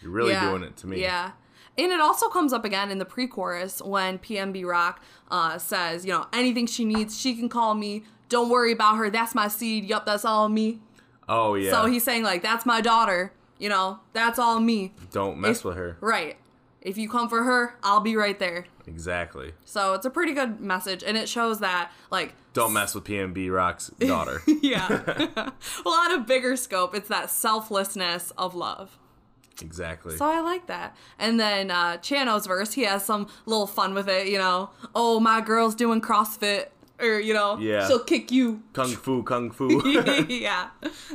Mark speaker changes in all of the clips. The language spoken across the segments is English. Speaker 1: You're really
Speaker 2: Yeah.
Speaker 1: doing it to me.
Speaker 2: Yeah. And it also comes up again in the pre chorus when PMB Rock uh, says, you know, anything she needs, she can call me. Don't worry about her. That's my seed. Yup, that's all me.
Speaker 1: Oh yeah.
Speaker 2: So he's saying, like, that's my daughter. You know, that's all me.
Speaker 1: don't mess
Speaker 2: If-
Speaker 1: with her.
Speaker 2: Right. If you come for her, I'll be right there.
Speaker 1: Exactly.
Speaker 2: So it's a pretty good message. And it shows that, like,
Speaker 1: Don't mess with PMB Rock's daughter.
Speaker 2: yeah. well, on a bigger scope, it's that selflessness of love.
Speaker 1: exactly.
Speaker 2: So I like that. And then uh, Chano's verse, he has some little fun with it, you know. Oh, my girl's doing CrossFit, or you know,
Speaker 1: Yeah.
Speaker 2: she'll kick you.
Speaker 1: kung fu, kung fu.
Speaker 2: yeah,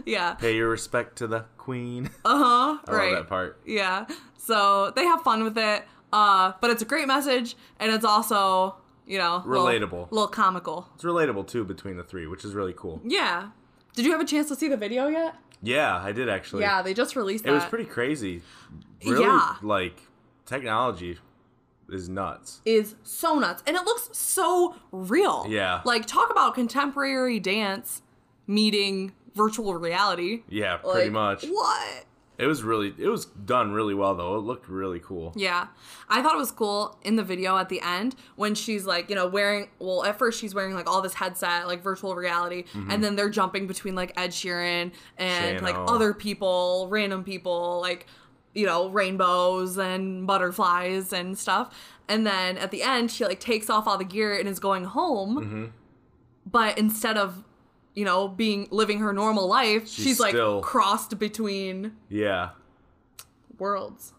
Speaker 2: yeah, Uh-huh.
Speaker 1: Pay your respect to the queen. I
Speaker 2: right.
Speaker 1: love that part.
Speaker 2: Yeah. So they have fun with it, uh, but it's a great message, and it's also you know little-
Speaker 1: Relatable.
Speaker 2: little comical.
Speaker 1: It's relatable too between the three, which is really cool.
Speaker 2: Yeah. Did you have a chance to see the video yet?
Speaker 1: Yeah, I did actually.
Speaker 2: Yeah, they just released
Speaker 1: It was
Speaker 2: that.
Speaker 1: pretty crazy. Really,
Speaker 2: Yeah.
Speaker 1: like technology is nuts.
Speaker 2: is so nuts and it looks so real.
Speaker 1: Yeah.
Speaker 2: Like talk about contemporary dance meeting virtual reality.
Speaker 1: Yeah, pretty
Speaker 2: Like,
Speaker 1: much.
Speaker 2: What?
Speaker 1: It was really it was done really well though. It looked really cool.
Speaker 2: Yeah. I thought it was cool in the video at the end when she's like, you know, wearing well, at first she's wearing like all this headset, like virtual reality,
Speaker 1: Mm-hmm.
Speaker 2: and then they're jumping between like Ed Sheeran and like
Speaker 1: Shano.
Speaker 2: other people, random people, like you know, rainbows and butterflies and stuff. And then at the end she like takes off all the gear and is going home.
Speaker 1: Mm-hmm.
Speaker 2: But instead of you know, being living her normal life, she's,
Speaker 1: She's
Speaker 2: like
Speaker 1: still-
Speaker 2: crossed between
Speaker 1: Yeah.
Speaker 2: worlds.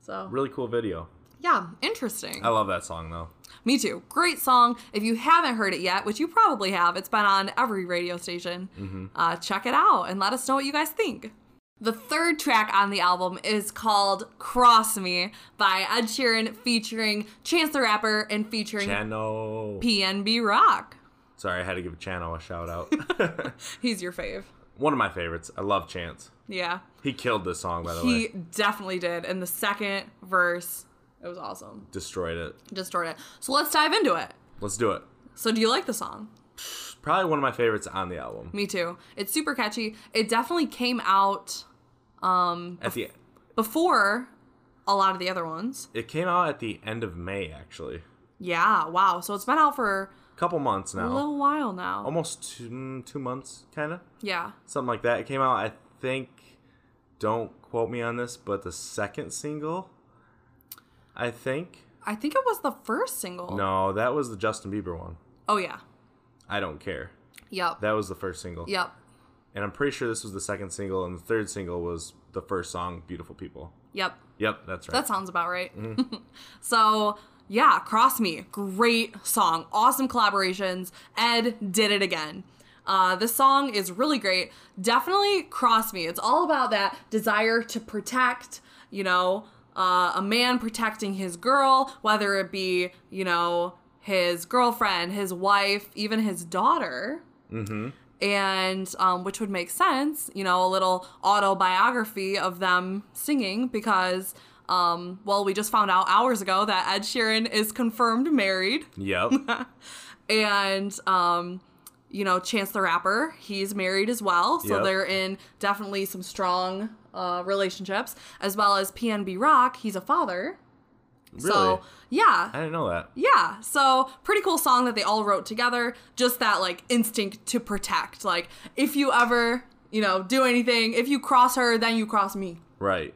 Speaker 2: So
Speaker 1: Really cool video.
Speaker 2: yeah, interesting.
Speaker 1: I love that song though.
Speaker 2: Me too. Great song. If you haven't heard it yet, which you probably have, it's been on every radio station. Uh, check it out and let us know what you guys think. The third track on the album is called Cross Me by Ed Sheeran featuring Chance the Rapper and featuring
Speaker 1: Chano.
Speaker 2: PNB Rock.
Speaker 1: Sorry, I had to give Chano a shout out.
Speaker 2: He's your fave.
Speaker 1: One of my favorites. I love Chance.
Speaker 2: Yeah.
Speaker 1: He killed this song by the
Speaker 2: He
Speaker 1: way.
Speaker 2: definitely did. And the second verse, it was awesome.
Speaker 1: Destroyed it.
Speaker 2: Distort it. So let's dive into it.
Speaker 1: Let's do it.
Speaker 2: So, do you like the song?
Speaker 1: Probably one of my favorites on the album.
Speaker 2: Me too. It's super catchy. It definitely came out
Speaker 1: At the
Speaker 2: before a lot of the other ones.
Speaker 1: it came out at the end of May actually.
Speaker 2: Yeah, wow. So it's been out for
Speaker 1: Couple months
Speaker 2: a
Speaker 1: now.
Speaker 2: little while now.
Speaker 1: Almost two, mm, two months kind of.
Speaker 2: yeah.
Speaker 1: something like that. It came out, I think. Don't quote me on this, but the second single, I think.
Speaker 2: I think it was the first single.
Speaker 1: No, that was the Justin Bieber one.
Speaker 2: Oh yeah.
Speaker 1: I don't care.
Speaker 2: Yep.
Speaker 1: That was the first single,
Speaker 2: yep.
Speaker 1: and I'm pretty sure this was the second single, and the third single was the first song, "Beautiful People."
Speaker 2: Yep.
Speaker 1: Yep, that's right. Mm-hmm.
Speaker 2: That sounds about right. so yeah, Cross Me, great song, awesome collaborations. Ed did it again. Uh, this song is really great. Definitely Cross Me. It's all about that desire to protect, you know, uh, a man protecting his girl, whether it be, you know, his girlfriend, his wife, even his daughter and um, which would make sense, you know, a little autobiography of them singing because, um, well, we just found out hours ago that Ed Sheeran is confirmed married,
Speaker 1: yep,
Speaker 2: and um, you know, Chance the Rapper, he's married as well, so
Speaker 1: Yep.
Speaker 2: they're in definitely some strong uh, relationships, as well as PNB Rock, he's a father,
Speaker 1: really.
Speaker 2: so yeah,
Speaker 1: I didn't know that.
Speaker 2: yeah, so pretty cool song that they all wrote together. Just that like instinct to protect. Like if you ever, you know, do anything, if you cross her, then you cross me.
Speaker 1: Right.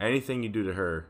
Speaker 1: Anything you do to her,